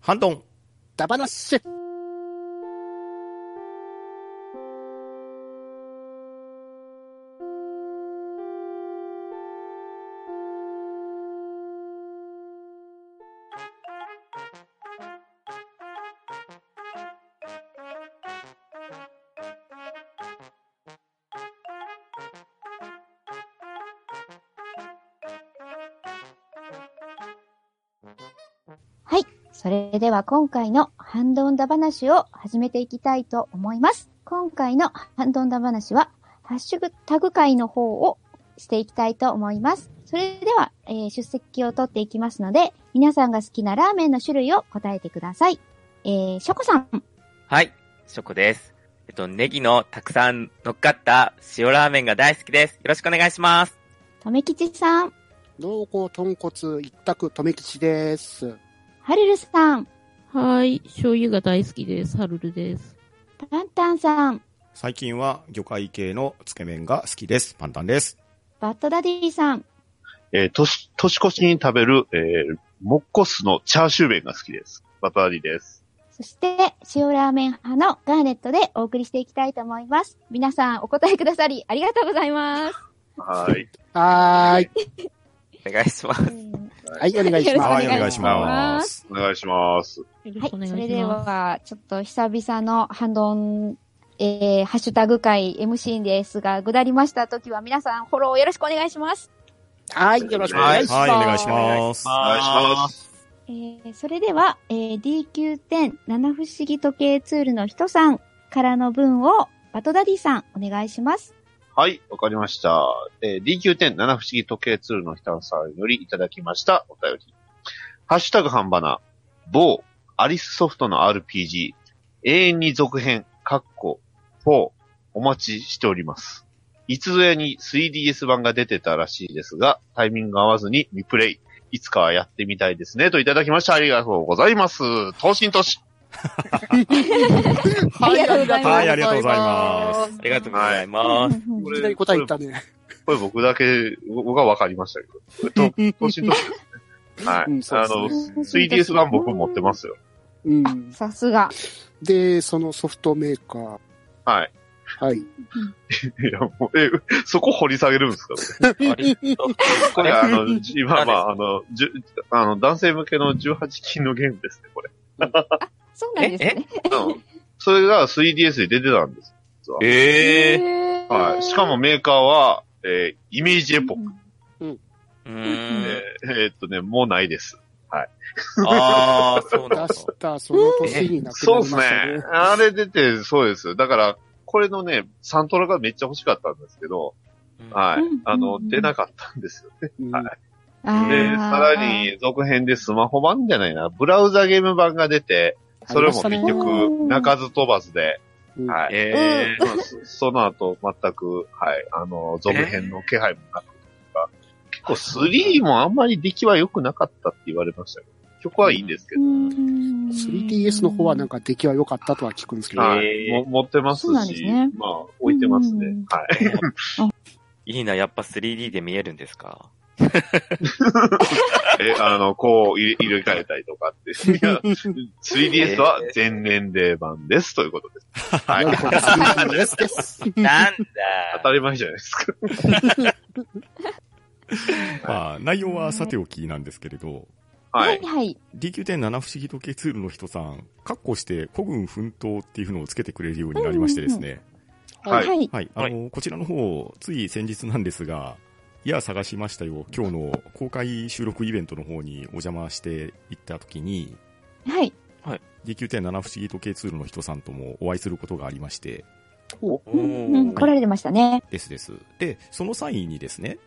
ハンドン。ダバナッシュはい。それでは今回のハンドンダ話を始めていきたいと思います。今回のハンドンダ話は、ハッシュタグ会の方をしていきたいと思います。それでは、えー出席を取っていきますので、皆さんが好きなラーメンの種類を答えてください。えー、ショコさん。はい、ショコです。えっと、ネギのたくさん乗っかった塩ラーメンが大好きです。よろしくお願いします。とめきちさん。濃厚豚骨一択、とめきちです。はるるさん。はい。醤油が大好きです。ハルルです。パンタンさん。最近は魚介系のつけ麺が好きです。パンタンです。バッドダディさん。えー、年、年越しに食べる、えー、モッコスのチャーシュー麺が好きです。バターリです。そして、塩ラーメン派のガーネットでお送りしていきたいと思います。皆さんお答えくださりありがとうございます。はい。はーい。お願いします。はい、お願いしはまはす。い、お願いしま。ますお願いします。よろはしくおい、願いします。それでは、ちょっと久々のハンドン、えー、ハッシュタグ会 MC ですが、下りました時は皆さんフォローよろしくお願いします。はい、よろしくお願いしまはす。い、お願いします。お願いします。えー、それでは、えー、DQ10 七不思議時計ツールの人さんからの文を、バトダディさん、お願いします。はい、わかりました。えー、DQ10 七不思議時計ツールのひたさんよりいただきましたお便り。ハッシュタグ半ばな、某、アリスソフトの RPG、永遠に続編、カッコ、4、お待ちしております。いつぞやに 3DS 版が出てたらしいですが、タイミング合わずにリプレイ。いつかはやってみたいですね。といただきました。ありがとうございます。投身投資。ありがとうございますはいありがとうございますありがとうございます。こいきれなり答え言ったね。これ僕だけ、僕はわかりましたけど。と投資投資ですね。はい。うんそうですねあの、3DS 版僕持ってますよ。うん。さすが。で、そのソフトメーカー。はい。はい。いや、もう、え、そこ掘り下げるんですかありがとうこれ、あの、今、ままあ、あの、じゅ、あの、男性向けの18禁のゲームですね、これ。そうなんですね。うん。それが 3DS で出てたんです。ええはい。しかも、メーカーは、えーイメージエポック。ー。うーん。えーえーっとね、もうないです。あー、そう出なんだ。した、その年になくそなうでりすまねしたね。。あれ出て、そうです。だから、これのね、サントラがめっちゃ欲しかったんですけど、はいうん。あのう、ん出なかったんですよ。うんはいあーで、さら、に続編でスマホ版じゃないな、ブラウザゲーム版が出て、それも結局、鳴かず飛ばずで、うんはい。えー。まあそその後、全く、はい、あの、続編の気配もなく、結構3もあんまり出来は良くなかったって言われましたけど、曲はいいんですけうど、ん 3DS の方はなんか出来は良かったとは聞くんですけど、はえい、ーも持ってますそうなんですし、ねまあ、置いてますねうん。はい。 いいな、やっぱ 3D で見えるんですかえ、あの、こう入れ入れ替えたりとかって。い や 3DS は前年齢版です、ということです。 はい。なん当か好きなのですです。なんただり前じゃないですか。まあ、内容はさておきなんですけれど、ははいい。はい。 DQ10 七不思議時計ツールの人さん、カッコして古軍奮闘っていうのをつけてくれるようになりましてですね、ははいい。はい。はい、あの、こちらの方、つい先日なんですが、いや、探しましたよ。今日の公開収録イベントの方にお邪魔して行った時に、はい。 DQ10 七不思議時計ツールの人さんともお会いすることがありまして、おうん、来ー。られてましたね。ですです。で、その際にですね、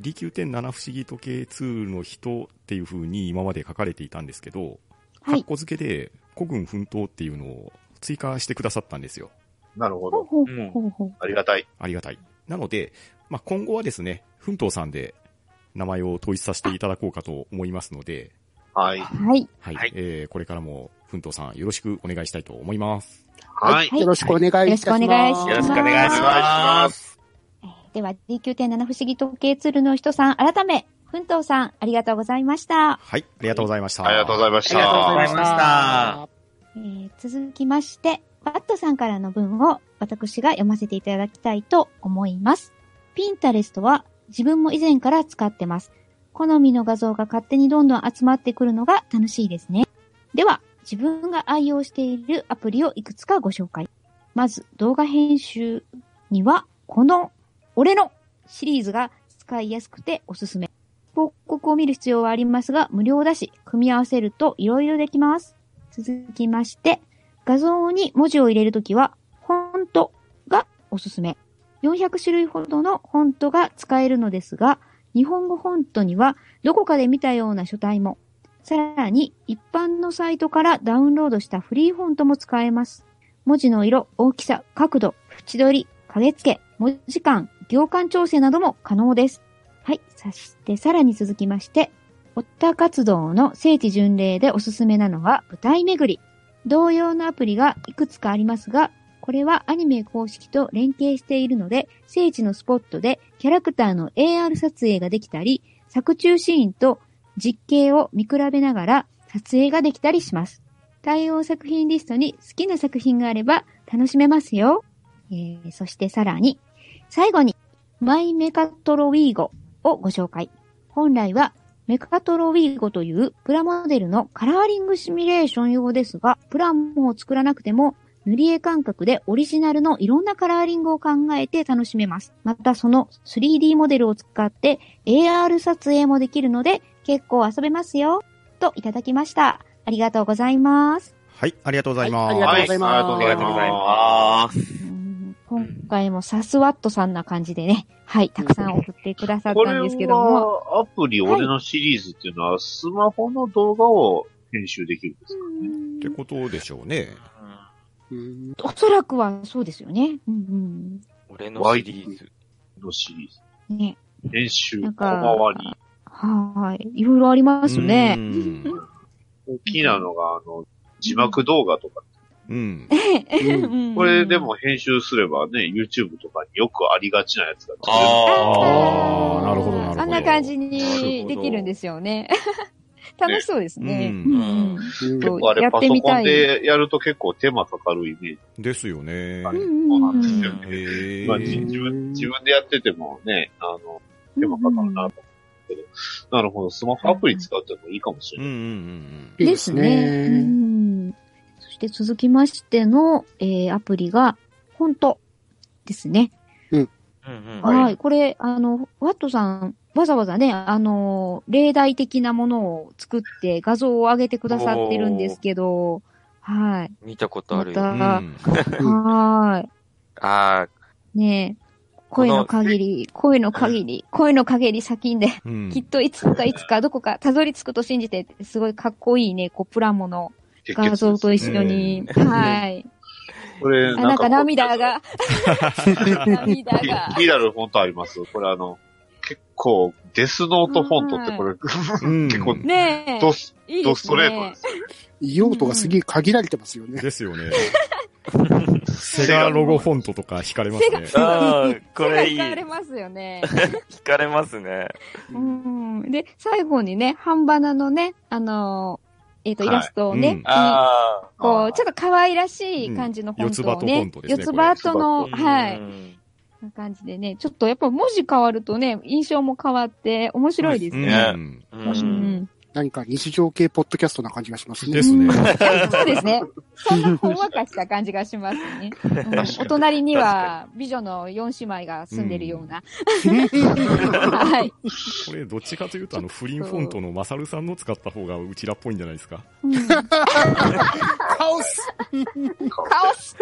DQ10 七不思議時計ツールの人っていう風に今まで書かれていたんですけど、はカッい。コ付けで古軍奮闘っていうのを追加してくださったんですよ。なるほほうど。ほううんほうほう。ありがたい。ありがたい。なので、まあ、今後はですね、奮闘さんで名前を統一させていただこうかと思いますので、はい。はい。はい。はいえー、これからも、奮闘さんよろしくお願いしたいと思います。はい。はいよろしくお願いいたします。よろしくおよ願ろいししくおます願いします。では、D9.7 不思議時計ツールの人さん、改め、ふんとうさん、ありがとうございました。はい、ありがとうございました。ありがとうございまあしりがとうござた。いました。えー続きまして、バットさんからの文を私が読ませていただきたいと思います。ピンタレストは自分も以前から使ってます。好みの画像が勝手にどんどん集まってくるのが楽しいですね。では、自分が愛用しているアプリをいくつかご紹介。まず、動画編集には、この、俺のシリーズが使いやすくておすすめ。広告を見る必要はありますが、無料だし、組み合わせると色々できます。続きまして、画像に文字を入れるときは、フォントがおすすめ。400種類ほどのフォントが使えるのですが、日本語フォントにはどこかで見たような書体も、さらに一般のサイトからダウンロードしたフリーフォントも使えます。文字の色、大きさ、角度、縁取り、影付け、文字間、行間調整なども可能です。はい。そしてさらに続きまして、オッター活動の聖地巡礼でおすすめなのは舞台巡り。同様のアプリがいくつかありますが、これはアニメ公式と連携しているので、聖地のスポットでキャラクターの AR 撮影ができたり、作中シーンと実景を見比べながら撮影ができたりします。対応作品リストに好きな作品があれば楽しめますよ。えー、そしてさらに、最後に、マイメカトロウィーゴをご紹介。本来はメカトロウィーゴというプラモデルのカラーリングシミュレーション用ですが、プラモを作らなくても塗り絵感覚でオリジナルのいろんなカラーリングを考えて楽しめます。またその 3D モデルを使って AR 撮影もできるので結構遊べますよ。といただきました。ありがとうございます。はい、ありがとうございます。はいありがとうございますはありがとうございます。うん今回もサスワットさんな感じでね、はい、たくさん送ってくださったんですけども。これはアプリ俺のシリーズっていうのは、スマホの動画を編集できるんですかってことでしょうね。うんおそらくはそうですよね。うん俺のシリーズ。のシリーズ。うん。ね。編集、な小んか回り。はい。いろいろありますうね。ん。大きなのが、あの、字幕動画とか。うん。う んこれでも編集すればね、YouTube とかによくありがちなやつが出てるあーあなるほどなるほどあんな感じにできるんですよね。 楽しそうですね。うんうんうんそ結う構あやれっパてソみコたンいでやると結構手間かかるイメージ。ですよね。はへいうんそうなんですようね。えまあ、じ自分、自分でやっててもね、あの、うん手間かかるなと思うけど、なるほど、スマホアプリ使うってのもいいかもしれうんなうんうんいい。いですね。うんそして続きましての、えーアプリが、フォントですね。うんうんははいい、これ、あの、ワットさん、わざわざね、あの、例題的なものを作って画像を上げてくださってるんですけど、はい。見たことあるまよ。うん。たあうんはーあい。ねえ。こ声のの限り、声の限り、声の限り叫んで、うんきっといつかいつかどこかたどり着くと信じてって、すごいかっこいいね、こう、プラモの鉄画血像ですと一緒に、はい。これ、あ、なんか涙。が、涙気が。になるフォントありますこれあの、結構、デスノートフォントってこれ、うん 結構ねドス、え。いいドでスすトレートねで。すよ。用途がすげえ限られてますよね。ですよ ね。セガロゴフォントとか惹かれますね。あ。ああ、こ手がれい引い。かれ惹ますよね。かれますね。うん。で、最後にね、半バナのね、あのーえっ、と、はイいラストをね、うんにあこあーう、ちょっと可愛らしい感じのフォントをね、うん四つ葉とフォントですね四つ葉とあ。の、はい、うんな感じでね、ちょっとやっぱ文字変わるとね、印象も変わって面白いですね。うんう。うん ん。何か日常系ポッドキャストな感じがしますね。 ですね。そうですね。そんなほんわかした感じがしますね。うんかにお隣には、美女の4姉妹が住んでるような。はい。これどっちかというと、あの、不倫フォントのマサルさんの使った方がうちらっぽいんじゃないですか。うんカオスカオス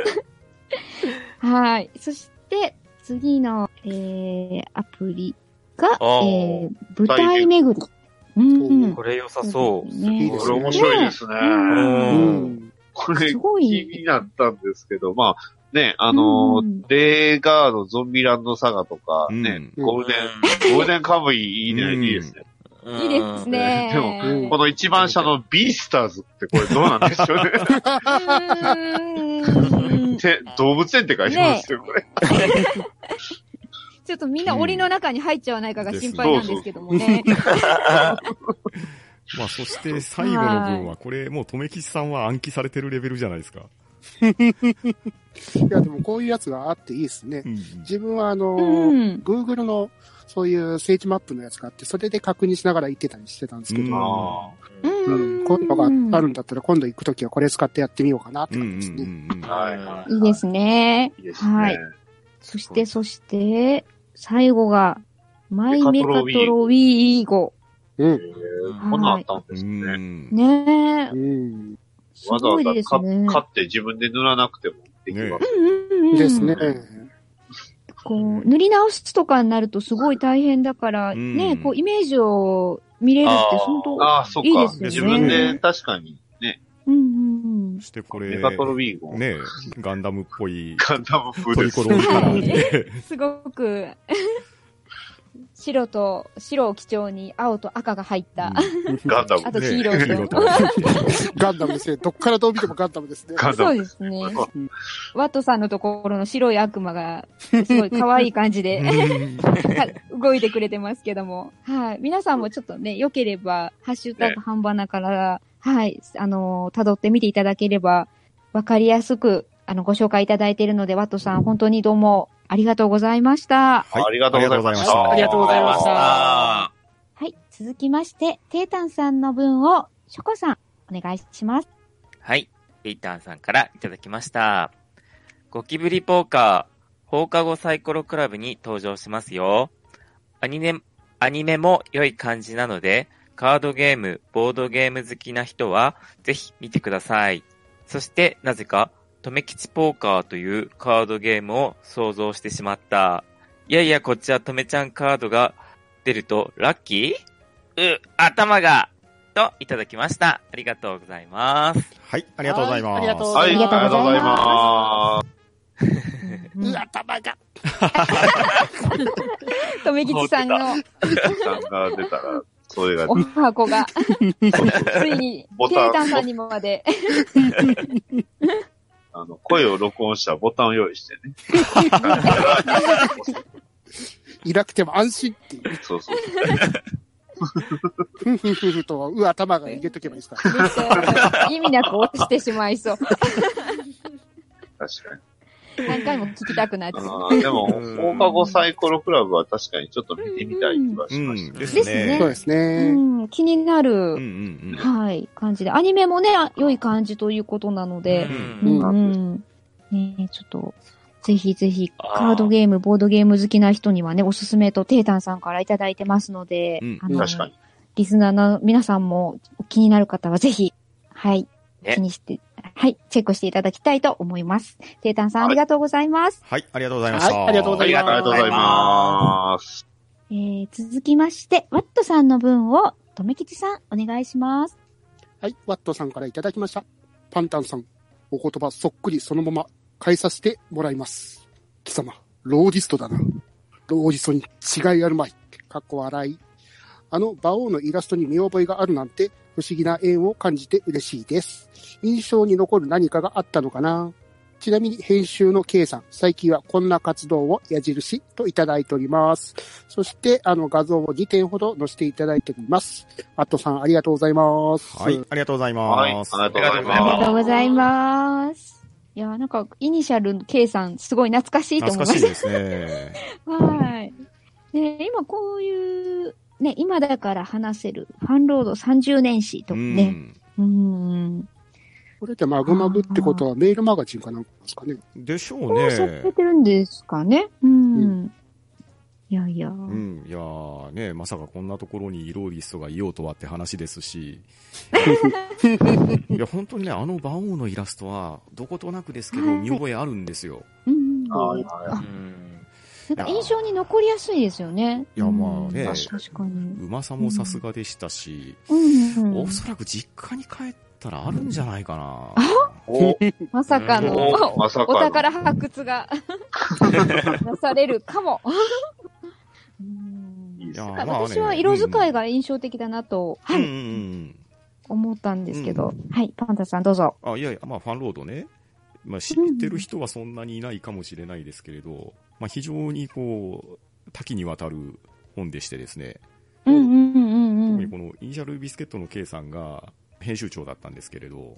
はい。そして、次の、えー、アプリが、えあーー、舞台巡り。うん。これ良さそそうう。ですねいいですこねれ面白いですね。うんうん。これすごい気になったんですけど、まあ、ね、あのう、んレーガード、ゾンビランドサガとか、ね、うんゴールデン、ゴールデンカムイいいね、うんいいですね。うんいいです。ね。でうんこの一番下のビースターズってこれどうなんでしょうね。うーん て動物園って書いてますよ、これ。ちちょっとみんな檻の中に入っちゃわないかが心配なんですけどもね。まあ、そして最後の分は、これ、もう、留吉さんは暗記されてるレベルじゃないですか。いや、でもこういうやつがあっていいですね。うん自分はあのうー、ん。 Google のそういう政治マップのやつがあって、それで確認しながら行ってたりしてたんですけうんど、あううんん、こういうのがあるんだったら今度行くときはこれ使ってやってみようかなってうんう感んじですうんうね。んあ。。はいはいいですね。いいですね。はいそして、そして、最後が、マイメメカカトトロロウィーゴ。うん。えーこんなんあったんですね。うんねえ。うん。すわざわごいざですかね。買って自分で塗らなくてもできます。うんうんうんですね。こう、塗り直すとかになるとすごい大変だから、うんね、こう、イメージを見れるって、本当ああ、そっかいいですよね自分で確かにね、うんうんうんそ。して、これ、メカトロビーゴン、ね、ガンダムっぽいガンダムト風でリすコ。ロールカラー で。すごく、白と、白を基調に青と赤が入った。ガンダムあとヒーローとガンダムですね。どっからどう見てもガンダムですね。ガンダ そうム。ですねう。ワットさんのところの白い悪魔が、すごい可愛い感じで、 か動いてくれてますけども。はい。皆さんもちょっとね、良ければ、ハッシュタねグ半ばなから、はい、あのー、辿ってみていただければ、わかりやすく、あの、ご紹介いただいているので、ワットさん、本当にどうも、ありがとうございました。はいありがとうございましありがとうございましたた。ありがとうございました。はい。続きまして、テータンさんの分を、ショコさん、お願いします。はい。エイタンさんからいただきました。ゴキブリポーカー、放課後サイコロクラブに登場しますよ。アニメ、アニメも良い感じなので、カードゲーム、ボードゲーム好きな人は、ぜひ見てください。そして、なぜか、とめきちポーカーというカードゲームを想像してしまった。いやいや、こっちはとめちゃんカードが出ると、ラッキーう、頭がといただきました。ありがとうございます。はい、ありがとうございます。はいありがとうございますはい、ありがとうございまうわ、頭が。とめきちさんのす。さんが出たら、それがお箱が、ついにボ、テタンータンさんにもまで、あの、声を録音したボタンを用意してね。いなくても安心っていう。そうそう。ふんふんふんふんと、うわ、頭が入れとけばいいですかめっちゃ意味なく落ちてしまいそう。確かに。何回も聞きたくなっちゃう。あーでも、うん放課後サイコロクラブは確かにちょっと見てみたい気がしましうんた、ねですですねら。ね。そうですね。うん、気になる、うんうんうん。はい、感じで。アニメもね、あ良い感じということなので、んううんん、うん。ねちょっと、ぜひぜひ、あーカードゲーム、ボードゲーム好きな人にはね、おすすめと、テータンさんからいただいてますので、うんあの確かに。リスナーの皆さんも気になる方はぜひ、はい、ね気にして、はい、チェックしていただきたいと思います。テータンさん、はあいりがとうございます。はい、ありがとうございました。はいありがとうごあざりがとうございます。えー、続きまして、ワットさんの分を、とめきちさん、お願いします。はい、ワットさんからいただきました。パンタンさん、お言葉そっくりそのまま返させてもらいます。貴様、ローディストだな。ローディストに違いあるまい。かっこ笑い。あの、馬王のイラストに見覚えがあるなんて、不思議な縁を感じて嬉しいです。印象に残る何かがあったのかなちなみに編集の K さん、最近はこんな活動を矢印といただいております。そして、あの画像を2点ほど載せていただいております。ワットさん、ありがとうございます。はい、ありがとうございはい、ありまがす。とうございありがまとうございます。いやー、なんか、イニシャルの K さん、すごい懐かしいと思い懐まかしいしですね。た。 はい。ね、今こういう、ね、今だから話せる、ファンロード30年史とうかね。ん。うん。これってマグマグってことはメールマガジンかなんかですかね。でしょこうれをされね。てるんですかね。うん。いやいや。うん、いやーね、まさかこんなところにローディストがいようとはって話です し、いや、本当にね、あの馬王のイラストは、どことなくですけど、見覚えあるんですよ。うん。す。はい、なはんか印象に残りやすいですよね。いやまあねうん確かに。うまさもさすがでしたし、うん、うおん。そらく実家に帰ったらあるんじゃないかな。い。まさかの、お、まさかおの。宝発掘 がなされるかも。うんいいですいね。やまあね私は色使いが印象的だなと、はうんい、うんうん思ったんですけど。はい、パンタさんどうぞ。あ、いやいや、まあ、ファンロードね。まあ、知ってる人はそんなにいないかもしれないですけれど、まあ、非常にこう、多岐にわたる本でしてですね、うんうんうん特うにん。このイニシャルビスケットの K さんが編集長だったんですけれど、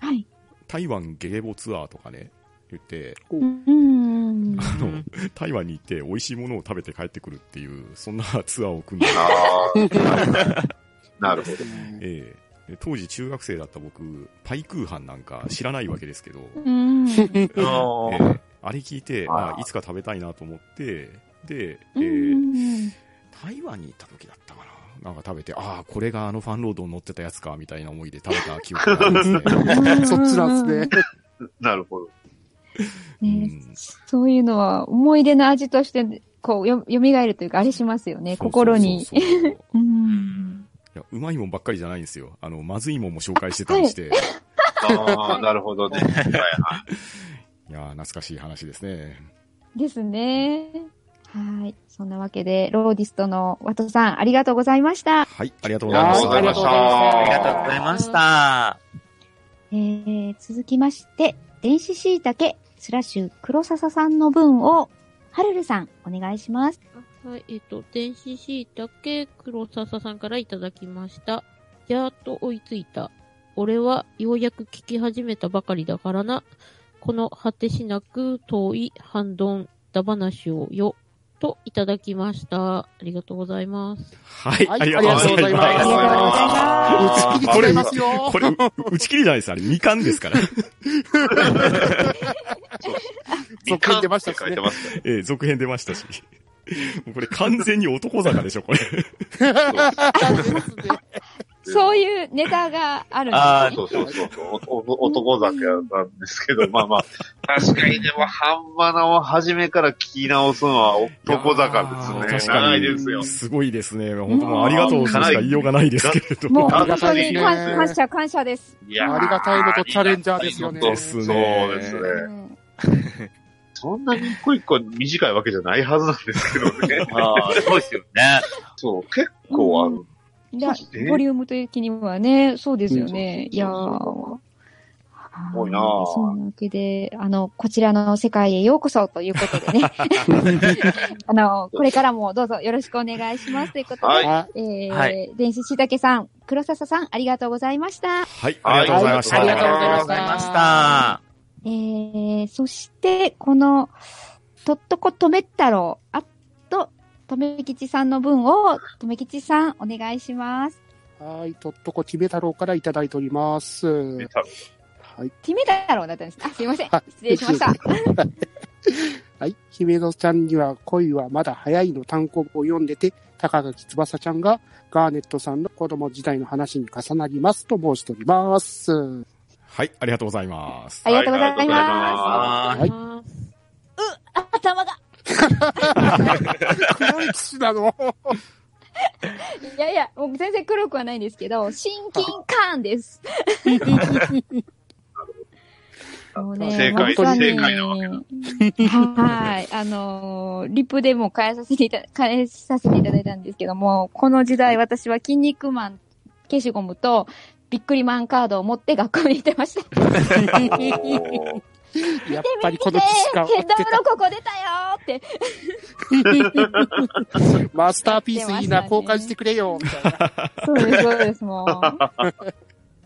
はい。台湾ゲレボツアーとかね、言って、うんうんうん。あの、 台湾に行って美味しいものを食べて帰ってくるっていう、そんなツアーを組んで、ああ。なるほど。ねええで当時中学生だった僕、パイクーハンなんか知らないわけですけど、うんうんあえーえあれ聞いて、あーあいつか食べたいなと思って、で、ええ うん台湾に行った時だったかな。なんか食べて、ああ、これがあのファンロードに乗ってたやつか、みたいな思いで食べた記憶がありますね。うん そっち なんですね。なるほど。ねうんそういうのは思い出の味として、こう、よ、蘇るというか、あれしますよね、心に。そうそうそうそううん。いや、うまいもんばっかりじゃないんですよ。あの、まずいもんも紹介してたりして。ああ、なるほどね。はいはいやー、懐かしい話ですね。ですね。はい。そんなわけで、ローディストのワトさん、ありがとうございました。はい、ありがとうい。ございなまるしほた。どありがとうございまありした。がとうございました。えー続きまして、電子椎茸スラッシュ黒笹さんの分を、はるるさん、お願いします。はい、えっ、と、電子椎茸黒笹さんからいただきました。やーっと追いついた。俺はようやく聞き始めたばかりだからな。この果てしなく遠い反論だ話をよ。といただきました。ありがとうございます。はい、はいありがとうございありがとうござまいます打ち切り取れますよ。す。これ、う打ち切りじゃないです。あれ、みかんですから。み続かん編出ましたっしてね書いてますね。えー続編出ましたし。 もうこれ完全に男坂でしょ、これ。そういうネタがあるんあでーすそうそうそうそう。おお男酒なんですけど、まあまあ、確かにでも、半ばなを初めから聞き直すのは男坂ですね。確か長いに。ですよ。すごいですね。本当もうありがとうとしか言いようがないですけれど。もうあ本りが当たいですにね感感謝感謝です。いやーありがたいのとチャレンジャーですよねありがでたいすのねとそうですねえ。うんそんなに一個一個短いわけじゃないはずなんですけどね。ああ、そうですよね。そう、結構あの、じゃあしてボリューム的にはね、そうですよね。うんいやそー。多いなはーいそんなわけで、あの、こちらの世界へようこそということで ね。あの、これからもどうぞよろしくお願いしますということで、はいあえー、は電子しいたけさん、黒笹さん、ありがとうございました。はい、ありがとうございました。はいありがとうございまありがとうごしたざいました。えー、そして、この、とっとことめったろう、あと、とめきちさんの分を、とめきちさん、お願いします。はい、とっとこ、キメ太郎からいただいております。出はたい。ティメ太郎だったんです。あ、すいませんはい。失礼しました。はい。姫野ちゃんには恋はまだ早いの単行本を読んでて、高垣翼ちゃんがガーネットさんの子供時代の話に重なりますと申しております。はい、ありがとうございますあ。りがとうございまあはいあ頭が黒い騎士なのす。いやいや、もう全然黒くはないんですけ ど、親近感です。もうね正解本当に正解なわはい。あのーリプでも変えさせていた、変えさせていただいたんですけども、この時代私は筋肉マン、消しゴムと、ビックリマンカードを持って学校に行ってました。 おーやっぱりこの騎士が追剣って道 のここ出たよーって。た。マスターピースいいな、出てましたね交換してくれよ、みたいな。そうです、そうです、もう。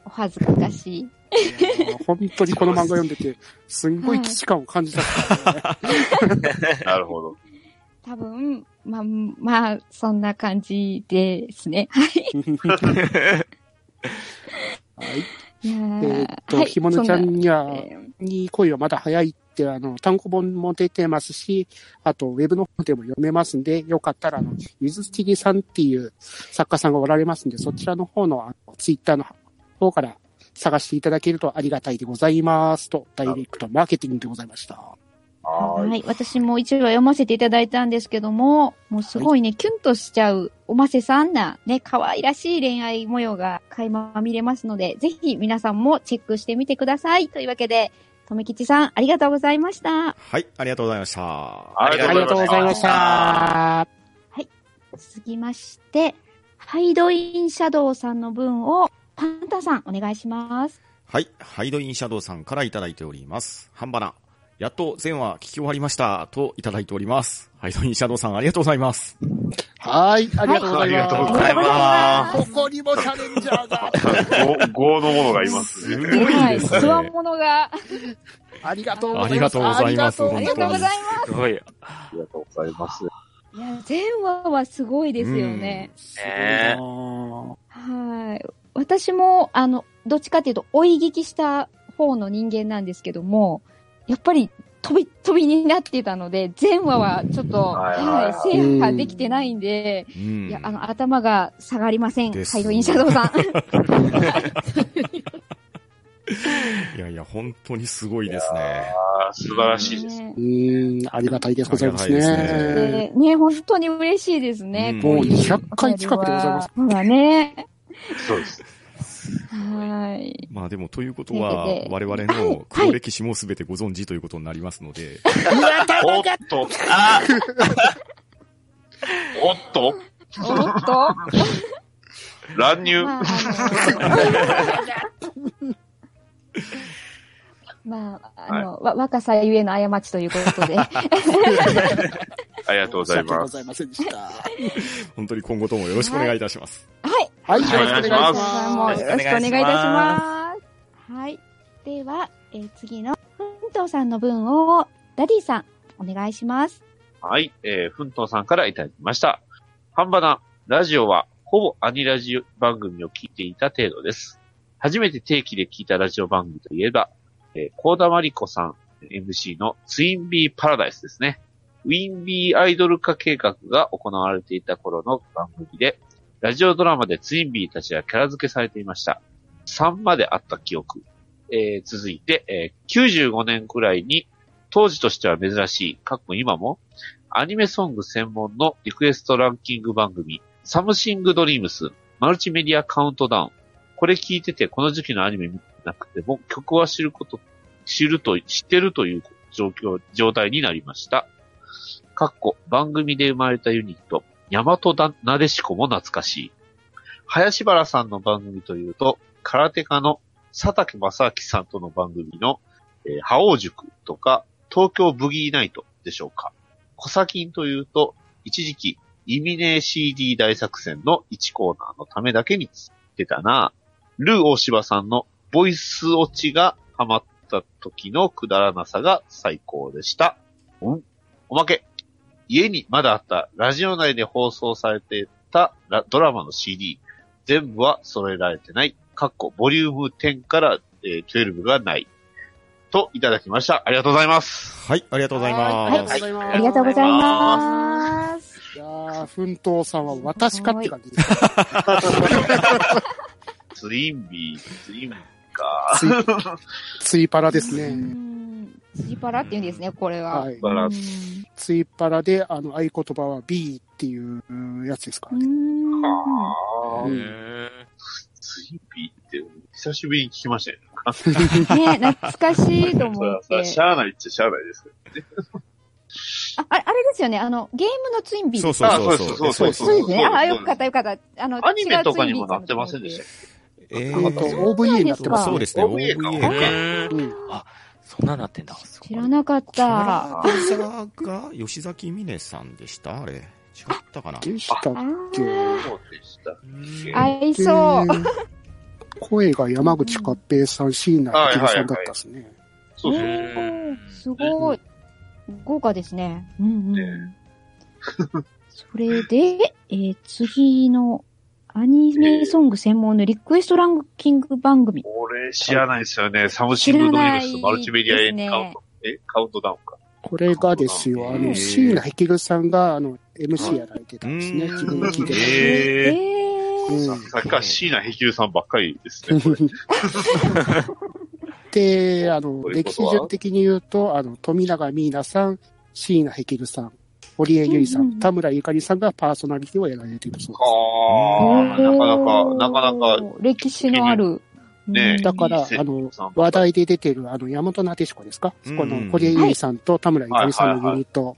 お恥ずかしい。 本当にこの漫画読んでて、すんごい騎士感を感じた。なるほど。多分、まあ、まあ、そんな感じですね。はい。いやえーーっと、ひものちゃんにそんなは、えーに恋はまだ早いって、あの、単行本も出てますし、あと、ウェブの方でも読めますんで、よかったら、あの、ゆずちぎさんっていう作家さんがおられますんで、そちらの方の、あの、ツイッターの方から探していただけるとありがたいでございますと、ダイレクトマーケティングでございました。はーい。はい、私も一応読ませていただいたんですけども、もうすごいね、キュンとしちゃう、おませさんな、ね、可愛らしい恋愛模様が垣間見れますので、ぜひ皆さんもチェックしてみてください。というわけで、とめきちさん、ありがとうございました。はい、ありがとうございました。あありがとうございました。は続きまして、ハイドインシャドウさんの分を、パンタさん、お願いします。はい。ハイドインシャドウさんからいただいております。ハンバナ。やっと全話聞き終わりました、といただいております。ハイドインシャドウさんありがとうございます。はい、ありがとうございありがとうごま。ざいますここにもチャレンジャーが。豪のものがいますすごね。いはい。ですつわね。ものが、ありがとうございます。ありがとうございますありがとうございますごい。ありがとうございます。す。いや、全話はすごいですよね。すねはい。私も、あの、どっちかっていうと、追い聞きした方の人間なんですけども、やっぱり、飛び、飛びになってたので、前話はちょっと、はいはいはいはい、制覇できてないんで、うんいや、あの、頭が下がりません。ですハイドインシャドウさん。いやいや、本当にすごいですね。あー素晴らしいです。ねうーん、ありがたいでございますありがたいですね。でね、本当に嬉しいですね。うんこもうい200回近くでございます。お便りは。まあね。そうです。はい。まあでも、ということはというこ、我と々での黒歴史もすべてご存知ということになりますので、おっと、あ おっと、おっと。乱入。まあ、あのま あ、あの、わ若さゆえの過ちということ で。ありがとうござ申し訳いまございす。ませんでした。本当に今後ともよろしくお願いいたします。はい、よろしくお願いしはまいす。もうよろしくお願いいたします。はい。では、えー次の、ふんとうさんの分を、ダディさん、お願いします。はい、えー、ふんとうさんからいただきました。ハンバナ、ラジオは、ほぼアニラジオ番組を聞いていた程度です。初めて定期で聞いたラジオ番組といえば、えー、コーダマリコさん MC のツインビーパラダイスですね。ウィンビーアイドル化計画が行われていた頃の番組で、ラジオドラマでツインビーたちがキャラ付けされていました。3まであった記憶。えー、続いて、えー、95年くらいに、当時としては珍しい、かっこ今も、アニメソング専門のリクエストランキング番組、サムシングドリームス、マルチメディアカウントダウン。これ聞いてて、この時期のアニメ見てなくても、曲は知ること、知ると、知ってるという状況、状態になりました。かっこ、番組で生まれたユニット、ヤマトダなでしこも懐かしい。林原さんの番組というと、空手家の佐竹正明さんとの番組の、えー、覇王塾とか、東京ブギーナイトでしょうか。コサキンというと、一時期、イミネー CD 大作戦の1コーナーのためだけに出たな。ルー大柴さんのボイス落ちがハマった時のくだらなさが最高でした。うん。おまけ。家にまだあったラジオ内で放送されていたラドラマの CD。全部は揃えられてない。かっこボリューム10から、えー12がない。と、いただきました。ありがとうございます。はい、ありがとうございます。はいありがとうございます。ありがとうございます。いやー、奮闘さんは私かって感じです。ツインビー、ツインビーか。つい、ついパラですうね。んスリパラって言うんですね、これは。はい。バランス。うついパラで、あの、合言葉は B っていうやつですからね。んあーーううんんツインビーって、久しぶりに聞きましたよね。ね、懐かしいと思 っそれてはさし。ゃあないっちゃしゃあないですけど。ああれあれですよね、あの、ゲームのツインビーそうです。そうそうあそうそうそうですね。そうですあ、よかったよかった。あの、アニメとかに違もうツイなンっビてーまさせんんのでしたっええーーと、OVA になってますそうね。ですね、 OVA か OVA うか。ん。うん。そんななってんだ。知らなかった。け作者が吉崎峰さんでしたあれ。違ったかなでしたっあけーそうでしたっけ合いそう。声が山口勝平さん、椎名幸宏さんだったですね。そうそうねそう。すごい。豪華ですね。うんうねん。それで、えー次のアニメソング専門のリクエストランキング番組。俺知らないですよね。サムシングドリームスとマルチメディアエンカウント。え、カウントダウンか。これがですよ、あの、椎名幸宏さんが、あの、MC やられてたんですね。うん自分が聞いてた。ええ。えうんさっきから椎名ヘキルさんばっかりですね。これで、あとの、いう歴史ことは順的に言うと、あの、富永美奈さん、椎名ヘキルさん、堀江ゆりさうんうんん、田村ゆかりさんがパーソナリティをやられているそうああ、なかなか、なかなか、か。歴史のある。ねです。だかいいら、セッあトのさん、話題で出てる、あの、山本なでしこですか、うんこの堀江ゆりさんと田村ゆかりさんのユニット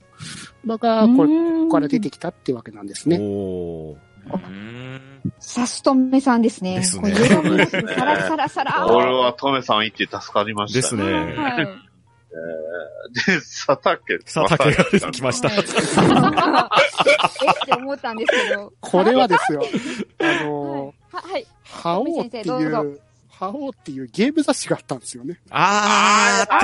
が、これ、ここから出てきたってわけなんですね。おーうん。さすとめさんですね。ですねこれ、さらさらさら。 俺はトメさん行って助かりました。ですね。はい。えーで、佐竹。佐竹が出てきました。えって思ったんですけど。これはで すよ、あのははい。覇王ってい先生どうう、覇王っていうゲーム雑誌があったんですよね。あー、あっ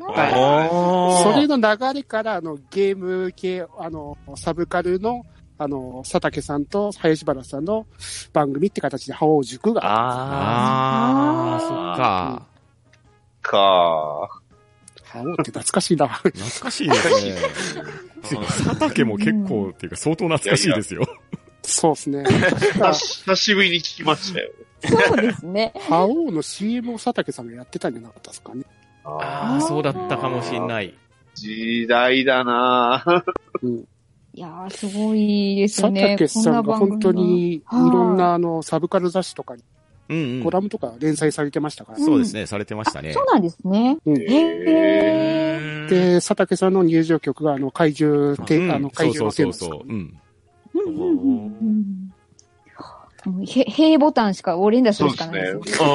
なんたかおーそれの流れから、あの、ゲーム系、あの、サブカルの、あの、佐竹さんと林原さんの番組って形で覇王塾が、ああー、そっか。か。覇王って懐かしいな。 懐かしいですね。 てか佐竹も結構、っていうか相当懐かしいですよ。そうで すね。久し久しぶりに聞きましたよ。そうですね。覇王の CM を佐竹さんがやってたんじゃなかったですかね。あー、そうだったかもしんない。時代だなぁ。うん、いやー、すごいです佐ね。竹さんが本当にいろんはなあのサブカル雑誌とかにうんうんコ。ラムとか連載されてましたから、そうですね、されてましたねこんな番組が。そうなんですね。うんへー。ーで、佐竹さんの入場曲があの怪獣て、うんあのそ怪うそう獣のテーそマうそでしたかう。らうねん。うんうんうんうんうん。へ、へボタンしか俺連打すそるうしでかすないねですね。。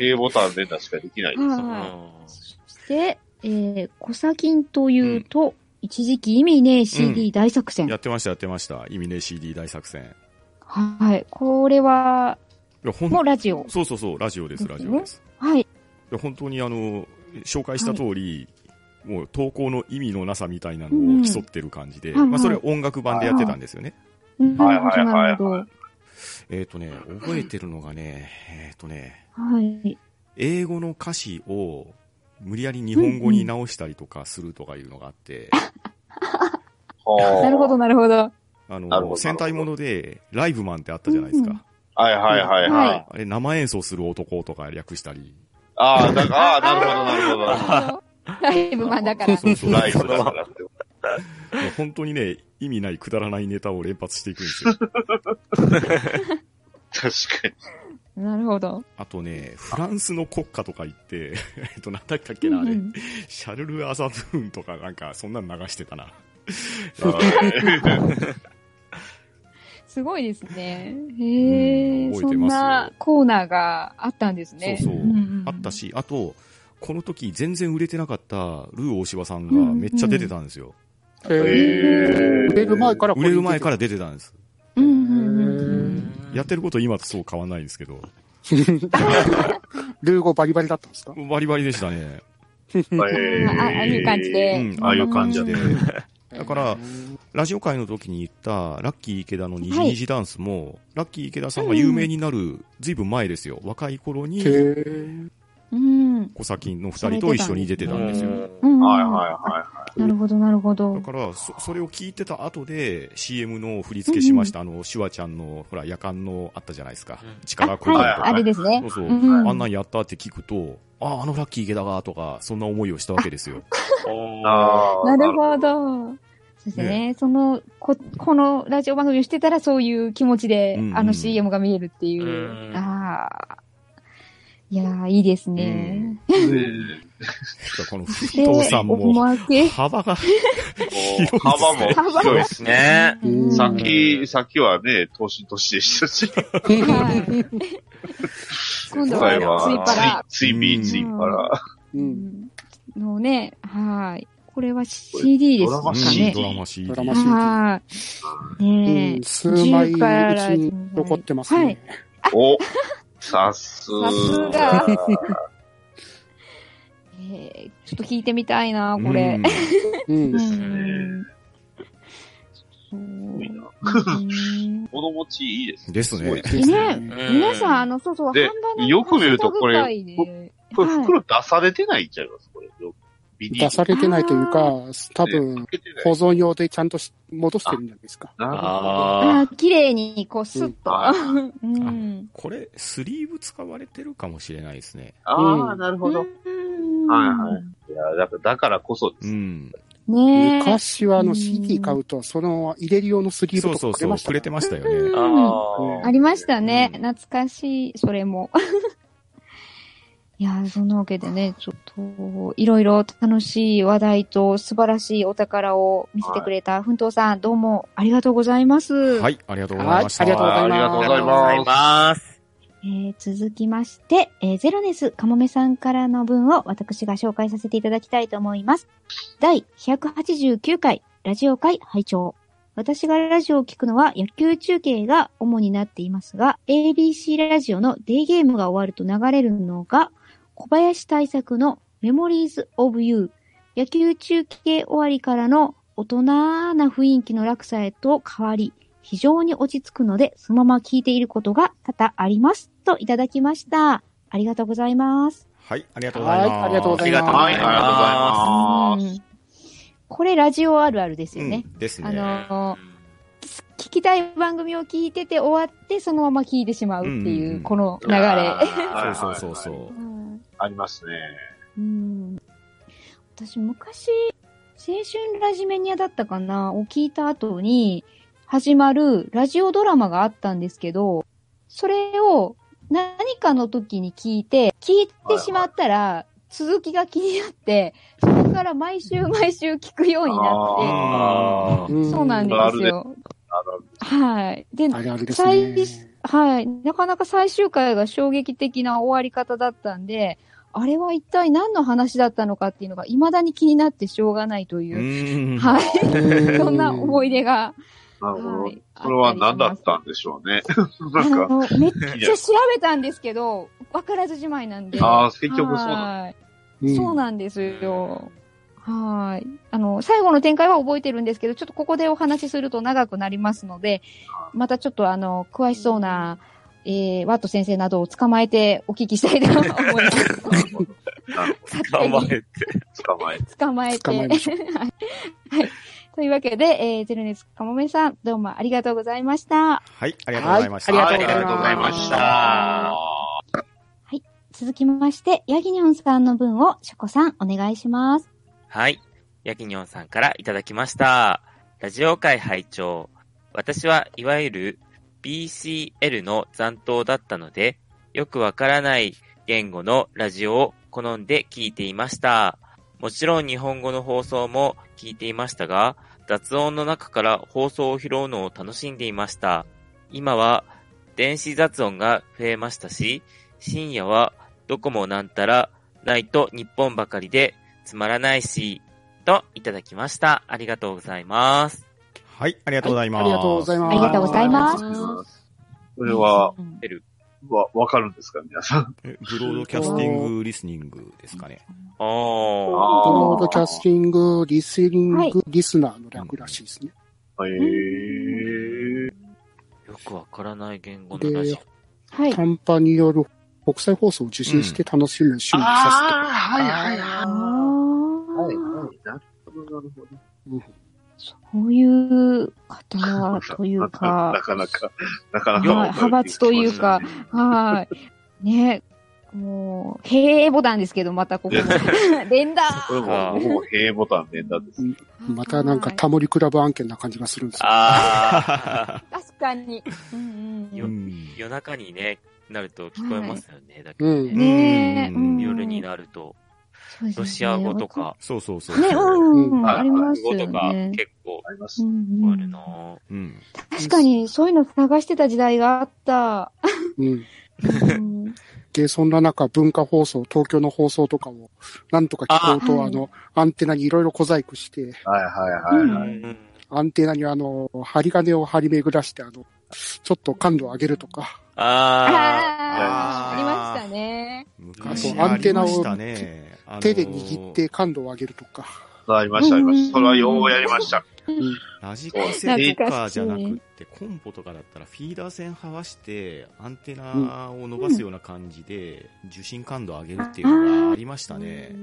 A ボタン連打しかできないです。はい。そして、えー、コサキンというと、一時期意味ねえ CD 大作戦。やってました、やってました。意味ねえ CD 大作戦。はい。これは、いや、ほんもうラジオ。そうそうそう、ラジオです、ラジオです。はい。いや本当にあの、紹介した通り、もう投稿の意味のなさみたいなうんうのをん競ってる感じで、はいはいまあそれは音楽版でやってたんですよね。うんはいはいはいなるほどなるえっ、とね、覚えてるのがね、えっ、とね、ほどはい。英語の歌詞を無理やり日本語に直したりとかするとかいうのがあって、はあなるほど、。なるほど。あなるほの、ど戦隊もので、ライブマンってあったじゃないですうんか。はいはいはいははいい。あれ、生演奏する男とか略した り。ああ、だから、あーなるほどなるほど。ライブマンだから。そうそうライブだからって。もう本当にね、意味ないくだらないネタを連発していくんです よ。確かに。なるほど。あとね、フランスの国歌とか言って、 えっと、なんだったっけな、あれう。んシャルル・アザドゥーンとかなんか、そんなの流してたな。すごいですね。うへんえ、覚えそてますよんなコーナーがあったんですね。そうそう、んんあった。し、あと、この時全然売れてなかったルー大柴さんがめっちゃ出てたんですよ。えー売れる前からこ。売れる前からら出てたんです。うんうんえうんうん。ーやってること今とそう変わんないんですけど、ルーゴバリバリだったんですかバリバリでしたね。えーあああいう感じでうん、ああいう感じで。だから、ラジオ会の時に言った、ラッキー池田の二次はい二次ダンスも、ラッキー池田さんが有名になる、ずいぶん前ですよ。若い頃へに、ーうん。小崎の二人と一緒に出てたんですよ。うんはいはいはい。い。なるほど、なるほどだ。からそ、それを聞いてた後で、CM の振り付けしました、あの、シュワちゃんの、ほら、夜間のあったじゃないですか。力こいはだいとあか。れですねそう。そう。うんあんなんやったって聞くと、あ、あのラッキー池田が、とか、そんな思いをしたわけですよ。あなーるほ。ど。そしてね、そのこ、このラジオ番組をしてたらそういう気持ちで、うんうんあの CM が見えるっていう。うんああ。いやー、いいですね。この、そふして、とさんおも、まけ。幅が、もう幅も広いですすね。うんさっき、さっきはね、投資投資でしたし、はい今度今は、回ついはか、つい、ついび、うんついから。うら。ん。のね、はい。これは CD ですこかれドラマ CD ね。ドラマ CD ドラマはい。ねえ、うん数枚うち10からに残ってますね。はいおさすが。さすがえーちょっと聞いてみたいな、これ。うんうんう。すねんそうごいね物持ちいいですね。ですすごね。いですうねん皆さん、あ、の、そうそう、で半端よく見るとこれこれは袋出されてないんちゃいますこれ。ビニール出されてないというか、多分、かけてない保存用でちゃんとし戻してるんじゃないですか。なるい。ああー綺麗に、こう、スッと。あうん。。これ、スリーブ使われてるかもしれないですね。あー、なるほど。はいはいいや、だからだからこそでうす。ん。ねえ。昔はあうのん CD 買うと、その入れる用のスリーそうブそとうかくれそうま、したくねれてましたようねん。あありましたね。うん懐かしい、それも。 いやー、そんなわけでね、ちょっと、いろいろ楽しい話題と素晴らしいお宝を見せてくれた、ふんとうさん、どうもありがとうございます。はい、ありがとうございました。はいありがとうございますありがとうございありがとうございます。ます。ええー続きまして、えーゼロネスカモメさんからの文を私が紹介させていただきたいと思います。第189回ラジオ会拝聴私がラジオを聞くのは野球中継が主になっていますが、ABC ラジオのデーゲームが終わると流れるのが、小林大作のメモリーズ・オブ・ユー。野球中継終わりからの大人な雰囲気の落差へと変わり、非常に落ち着くので、そのまま聞いていることが多々あります。といただきました。ありがとうございます。はい、ありがとうございます。はいありがとうございますはい、ありがとうございます。うんこれラジオあるあるですよね。うんですね。あのー聞きたい番組を聞いてて終わって、そのまま聞いてしまうってうんいうんう、この流れ。はいそうそうそうはいはそいう。ありますね。うん私昔、青春ラジメニアだったかなを聞いた後に始まるラジオドラマがあったんですけど、それを何かの時に聞いて、聞いてしまったら続きが気になって、そこから毎週毎週聞くようになあーうんって、そうなんあでるすねよ。あのはい。で、あれあれです最ね。はい。なかなか最終回が衝撃的な終わり方だったんで、あれは一体何の話だったのかっていうのが未だに気になってしょうがないという。うんはうい。んそんな思い出が。なるほど。はいそれは何だったんでしょうね。 あなんか、のめっちゃ調べたんですけど、わからずじまいなんで。ああ、結局そうなんだ。はいうんそうなんですよ。はい。あの、最後の展開は覚えてるんですけど、ちょっとここでお話しすると長くなりますので、またちょっとあの、詳しそうな、えー、ワット先生などを捕まえてお聞きしたいと思います。なるほど。なるほ捕まえて。ど。捕まえて。捕まえて。捕まえましはょい。はいというわけで、えー、ゼルネスカモメさん、どうもありがとうございました。はい、ありがとうございました。はいありがとうございました。。続きまして、ヤギニョンさんの分を、ショコさん、お願いします。はい。ヤキニョンさんからいただきました。ラジオ会拝聴私はいわゆる BCL の残党だったので、よくわからない言語のラジオを好んで聞いていました。もちろん日本語の放送も聞いていましたが、雑音の中から放送を拾うのを楽しんでいました。今は電子雑音が増えましたし、深夜はどこもなんたらないと日本ばかりでつまらないし、といただきました。ありがとうございます。はい、ありがとうございます。ありがとうございます。ありがとうございますこれは、うんわ、わかるんですか皆さん。えブロードキャスティングリスニングですかね。おー。ブあロードキャスティング、リスニング、はいリスナーの略らしいですね。へえ。よくわからない言語のラジでオ。、はい。短波による国際放送を受信して楽しむ趣味を指あー、はいはいはい。はいああはい。なるほど、なるほど。そういう方は、という かな、かなか、なかなか。はい派閥というか。はい。ね。もう、へえボタンですけど、またここも。 連打これも、僕も平ボタン連打です。すと。またなんかタモリクラブ案件な感じがするんですよ。あ確かに。うんうんようん ー。夜中にね、なると聞こえますよね。だけうどんね。うねえんうん夜になると、そうですねロシア語と。か、そうそうそう。ね、うん、うん、はいあります語よとかね。結構ありまうす。聞んこうえるんなぁうん。確かに、そういうの探してた時代があった。うん。うんで、そんな中、文化放送、東京の放送とかを、なんとか聞こうと、ああはいの、アンテナにいろいろ小細工して、はいはいはいはうい。んアンテナにあの、針金を張り巡らして、あの、ちょっと感度を上げるとか、あああ、ありあーましたね。昔あとアンテナをありましたねあのー手で握って感度を上げるとか、ありました、ありました。それはようやりました。ラジカセとかじゃなくって、コンポとかだったらフィーダー線はわして、アンテナを伸ばすような感じで、受信感度を上げるっていうのがありましたね。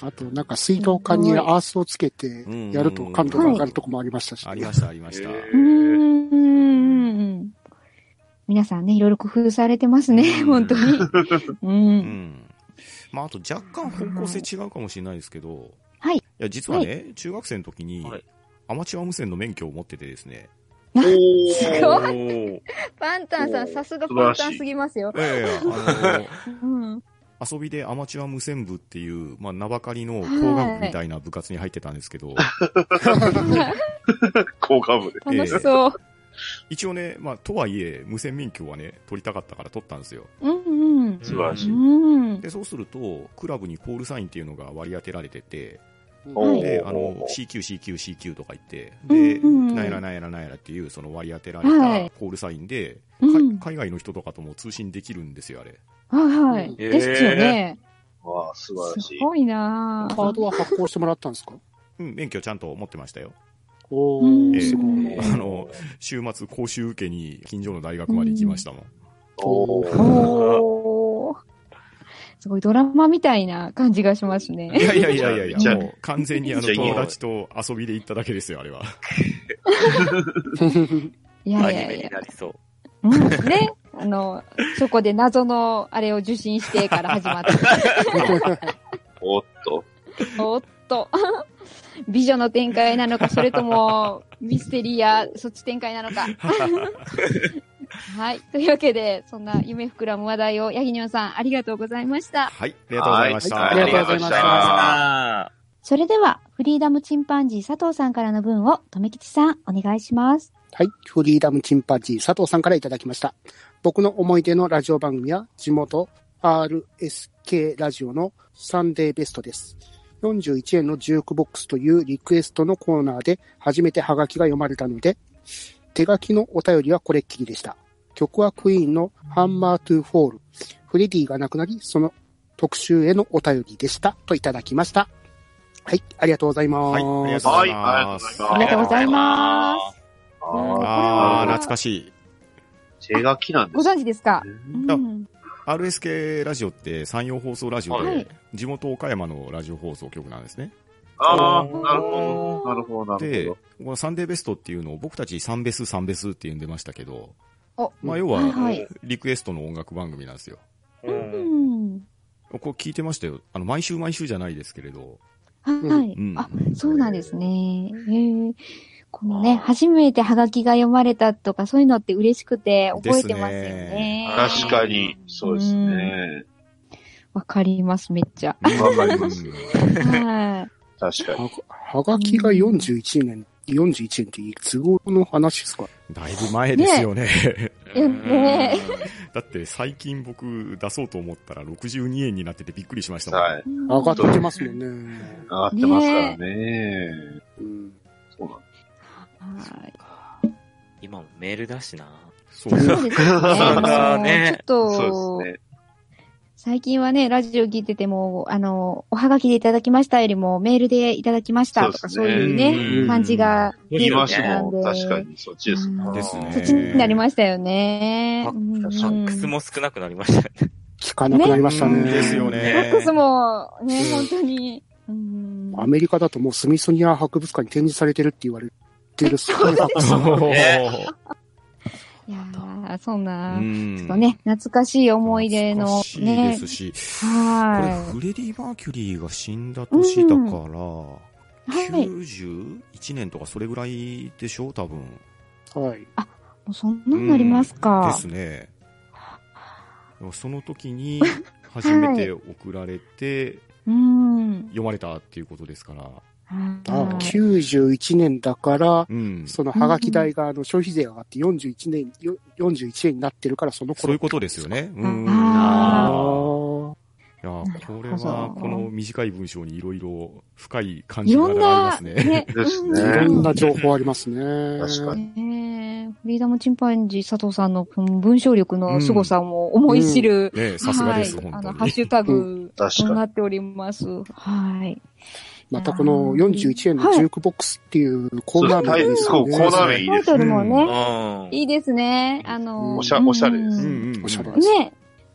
あと、なんか水道管にアースをつけてうん、やると感度が上がるとこもありましたし、ありました、ありました。へうんーうんうん皆さんね、いろいろ工夫されてますね、うん本当に。う。うんん。まあ、あと若干方向性違うかもしれないですけど、はいいや、実はね、中学生の時にはい、アマチュア無線の免許を持っててですね、おーすー。ごい。おーパンタンさん、おーさすがパンタンすぎますよ。いやいやあのーうん。遊びでアマチュア無線部っていう、まあ、名ばかりの工学部みたいな部活に入ってたんですけど、効果部で。楽しそう。一応ね、まあ、とはいえ、無線免許はね、取りたかったから取ったんですよ。うんうん。素晴らしい。うん。で、そうすると、クラブにコールサインっていうのが割り当てられてて、おーで、あの、CQ、CQ、CQ とか言って、で、うんうんナイラナイラナイラっていう、その割り当てられはたいコールサインで、かうん海外の人とかとも通信できるんですよ、あれ。はいはい。えーですよね。わあ、素晴らしすい。ごいなカぁ。ードは発行してもらったんですかうん、免許ちゃんと持ってましたよ。おうー、んすごいあの、週末、講習受けに近所の大学まで行きましたもん。おーおー。すごいドラマみたいな感じがしますね。いやいやいやいやいじゃや、あもう完全にあのじゃあいい友よ達と遊びで行っただけですよ、あれは。いやアいニやメいにや。なりそう。うんね。あの、そこで謎のあれを受信してから始まって。 おっと。おっと。 美女の展開なのか、それともミステリーやそっち展開なのか。はい。というわけで、そんな夢膨らむ話題を、ヤギニョンさん、ありがとうございました。はい、ありがとうございました。はありがとうございましたあそれでは、フリーダムチンパンジー佐藤さんからの文を、とめきちさん、お願いします。はい。フリーダムチンパンジー佐藤さんからいただきました。僕の思い出のラジオ番組は地元 RSK ラジオのサンデーベストです。41円のジュークボックスというリクエストのコーナーで初めてハガキが読まれたので、手書きのお便りはこれっきりでした。曲はクイーンのハンマートゥーフォール。フレディが亡くなり、その特集へのお便りでした。といただきました。はい。ありがとうございます。はいありがとうございますはい、ありがとうございまあす。りがとうございまああ、あー、懐かしい。手書きなんでごす存知ですかね。うん。 RSK ラジオって山陽放送ラジオはでい、地元岡山のラジオ放送局なんですね。ああ、なるほど。なるほど、なで、るこのサンデーベストっていうのを僕たちサンベス、サンベスって呼んでましたけど、おまあ要はいは、はい。リクエストの音楽番組なんですよ。ー。うんうん。これ聞いてましたよ。あの、毎週毎週じゃないですけれど。はい。うんあ、そうなんですね。へえ。このあーね、初めてハガキが読まれたとか、そういうのって嬉しくて覚えてますよですねね。ほど。確かに、そうですね。わかります、めっちゃ。わかりますうんは確かに。ははがきが41年、41円っていつ頃の話ですかだいぶ前ですよね。い。ね だって最近僕出そうと思ったら62円になっててびっくりしましたもん。はい。い。上がはってますもんね。上がってますからね。うん、そうなんですい今もメールだしな。そうですそうですよね。そうだねあのちょっそうと、ですね。最近はね、ラジオ聞いてても、あの、おはがきでいただきましたよりも、メールでいただきましたとか、そそううですねいうね、感じが言い出ままししたたんもん、で。確かに、そっちです。ですねそっちになりましたよね。ファうんファックスも少なくなりましたね。聞かなくなりましたね。うんですよねファックスも、ね、本当に。うんアメリカだともうスミソニアン博物館に展示されてるって言われてるっすかね。 いやーそんな、ちょっととね、、懐かしい思い出懐のかしいでね、すし、これはフレディ・マーキュリーが死んだ年だから、い。はい。も91年とかそれぐらいでしょ多分。はい。うそんなになりますでか。すね。でもその時 に初めて送られて、うん。読まれたっていうことですから。あはい91年だから、うん。そのはがき代があの消費税が上がって41年、よ41円になってるからその頃。そういうことですよね。うん。ああいやーこれは、この短い文章にいろいろ深い感いじがろありんまな、すね。ね。ですあ。ねいうんろんな情報ありますね。確かにねえフリーダムチンパンジー佐藤さんのこの文章力の凄さも思い知る、 ねさすがです、はい、あ本の、ハ当ッに。シュタグ確とかに。なっております。はい。またこの41円のジュークボックスっていうコーナー名ですそよう、コね。ーナー名いいタでイすトルね。もうね、ん。いいですね。あの、おしゃおしゃれですうんうんうんおしゃれね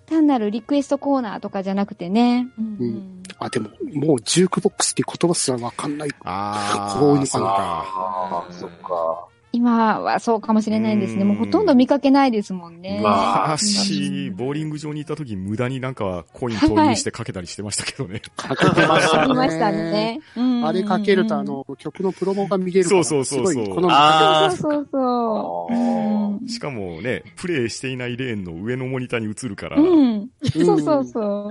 単なるリクエストコーナーとかじゃなくてね。うんうんあ、でも、もうジュークボックスっていう言葉すらわかんない。ああ、こういうのかそうなか。ああ、そっか。今はそうかもしれないですね。うんもうほとんど見かけないですもんね。まあ昔、ボーリング場にいた時無駄になんかコイン投入してかけたりしてましたけどね。かけてましあたりね。ましたね。うん あれかけると、あ、の、曲のプロモが見れるから。そうそうそうそうすごい好みあそうそうそう。うんしかもね、プレイしていないレーンの上のモニターに映るから、うん。そうそううそ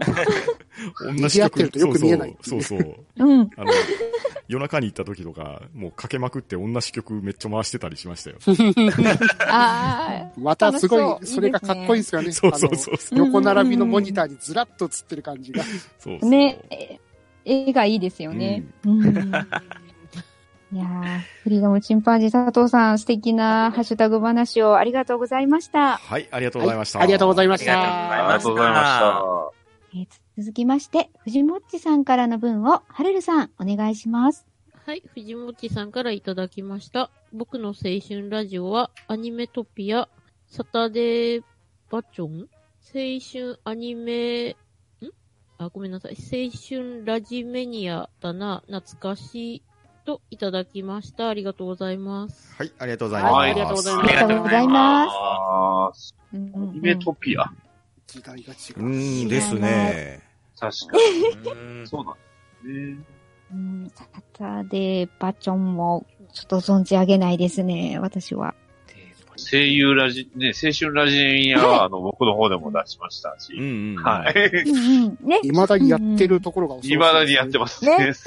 う。同じ曲賑わってるとよく見えないそうそう。そうそううん。あの、夜中に行った時とか、もうかけまくって同じ曲めっちゃ回してたりしましたよ。あまたすご楽い、しそうそれがかっこいいですよね。そうそうそうそあの横並びのモニターにずらっと映ってる感じが。うあ、そう。ね、え絵がいいですよね。うんいやーフリーダムチンパンジー佐藤さん、素敵なハッシュタグ話をありがとうございました。はい、ありがとうございました。はいありがとうございましありがとうございたま。ありがとうございましえた。ー続きまして、藤もっちさんからの文を、はるるさん、お願いします。はい、藤本さんからいただきました。僕の青春ラジオは、アニメトピア、サタデーバチョン青春アニメ、んあ、ごめんなさい。青春ラジメニアだな、懐かしい、といただきました。ありがとうございます。はい、ありがとうございます。はい、ありがとうございまありすが。とうございまああ、うんうアんうんニメトピア。時代が違うう。ーん、ですね。確かに。うんそうなんですね。うん、サタデーバチョンも、ちょっと存じ上げないですね、私は。声優ラジ、ね、青春ラジニアは、あの、僕の方でも出しましたうんし。うん。は。う い。んうん、ね。未だにやってるところが恐ろしい未だにやってまますね。そうす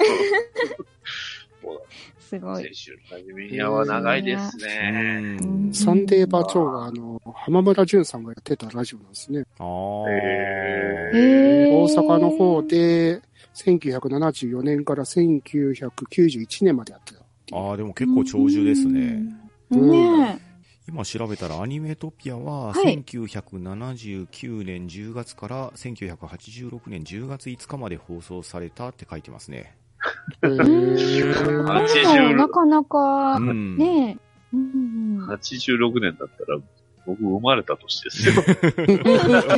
青ごい。春ラジニアは長いですね。うんす。サンデーバー長が、あの、浜村淳さんがやってたラジオなんですね。あへー。へー大阪の方で、1974年から1991年までやってた。ああ、でも結構長寿ですね。うん。ね今調べたらアニメトピアははい1979年10月から1986年10月5日まで放送されたって書いてますね。へーえ。80もうなかなかう、ん。ねえ。うんうん86年だったら、僕生まれた年ですよ。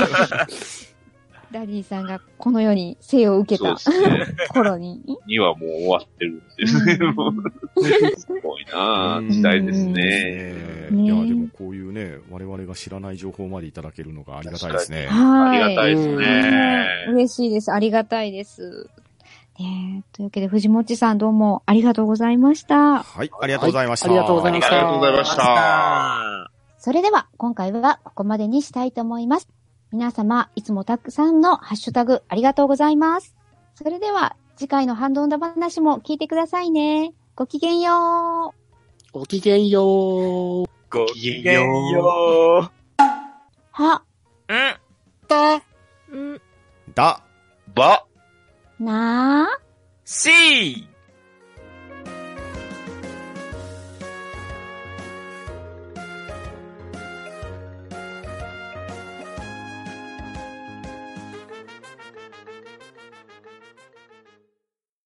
ラリーさんがこの世に生を受けそうたですね。頃に。にはもう終わってるんですね。もう すごいなあ時代ですね。いや、ねでもこういうね、我々が知らない情報までいただけるのがありがたいですね。あはりがたいですね。嬉しいです。ありがたいです。ねえというわけで、藤もっちさんどうもありがとうございました。はい、ありがとうございました。はいありがとうございましあたりがとうございました。それでは、今回はここまでにしたいと思います。皆様、いつもたくさんのハッシュタグありがとうございます。それでは、次回のハンドンダ話も聞いてくださいね。ごきげんよう。ごきげんよう。ごきげんよは、う。うん。たうんだばなー。しー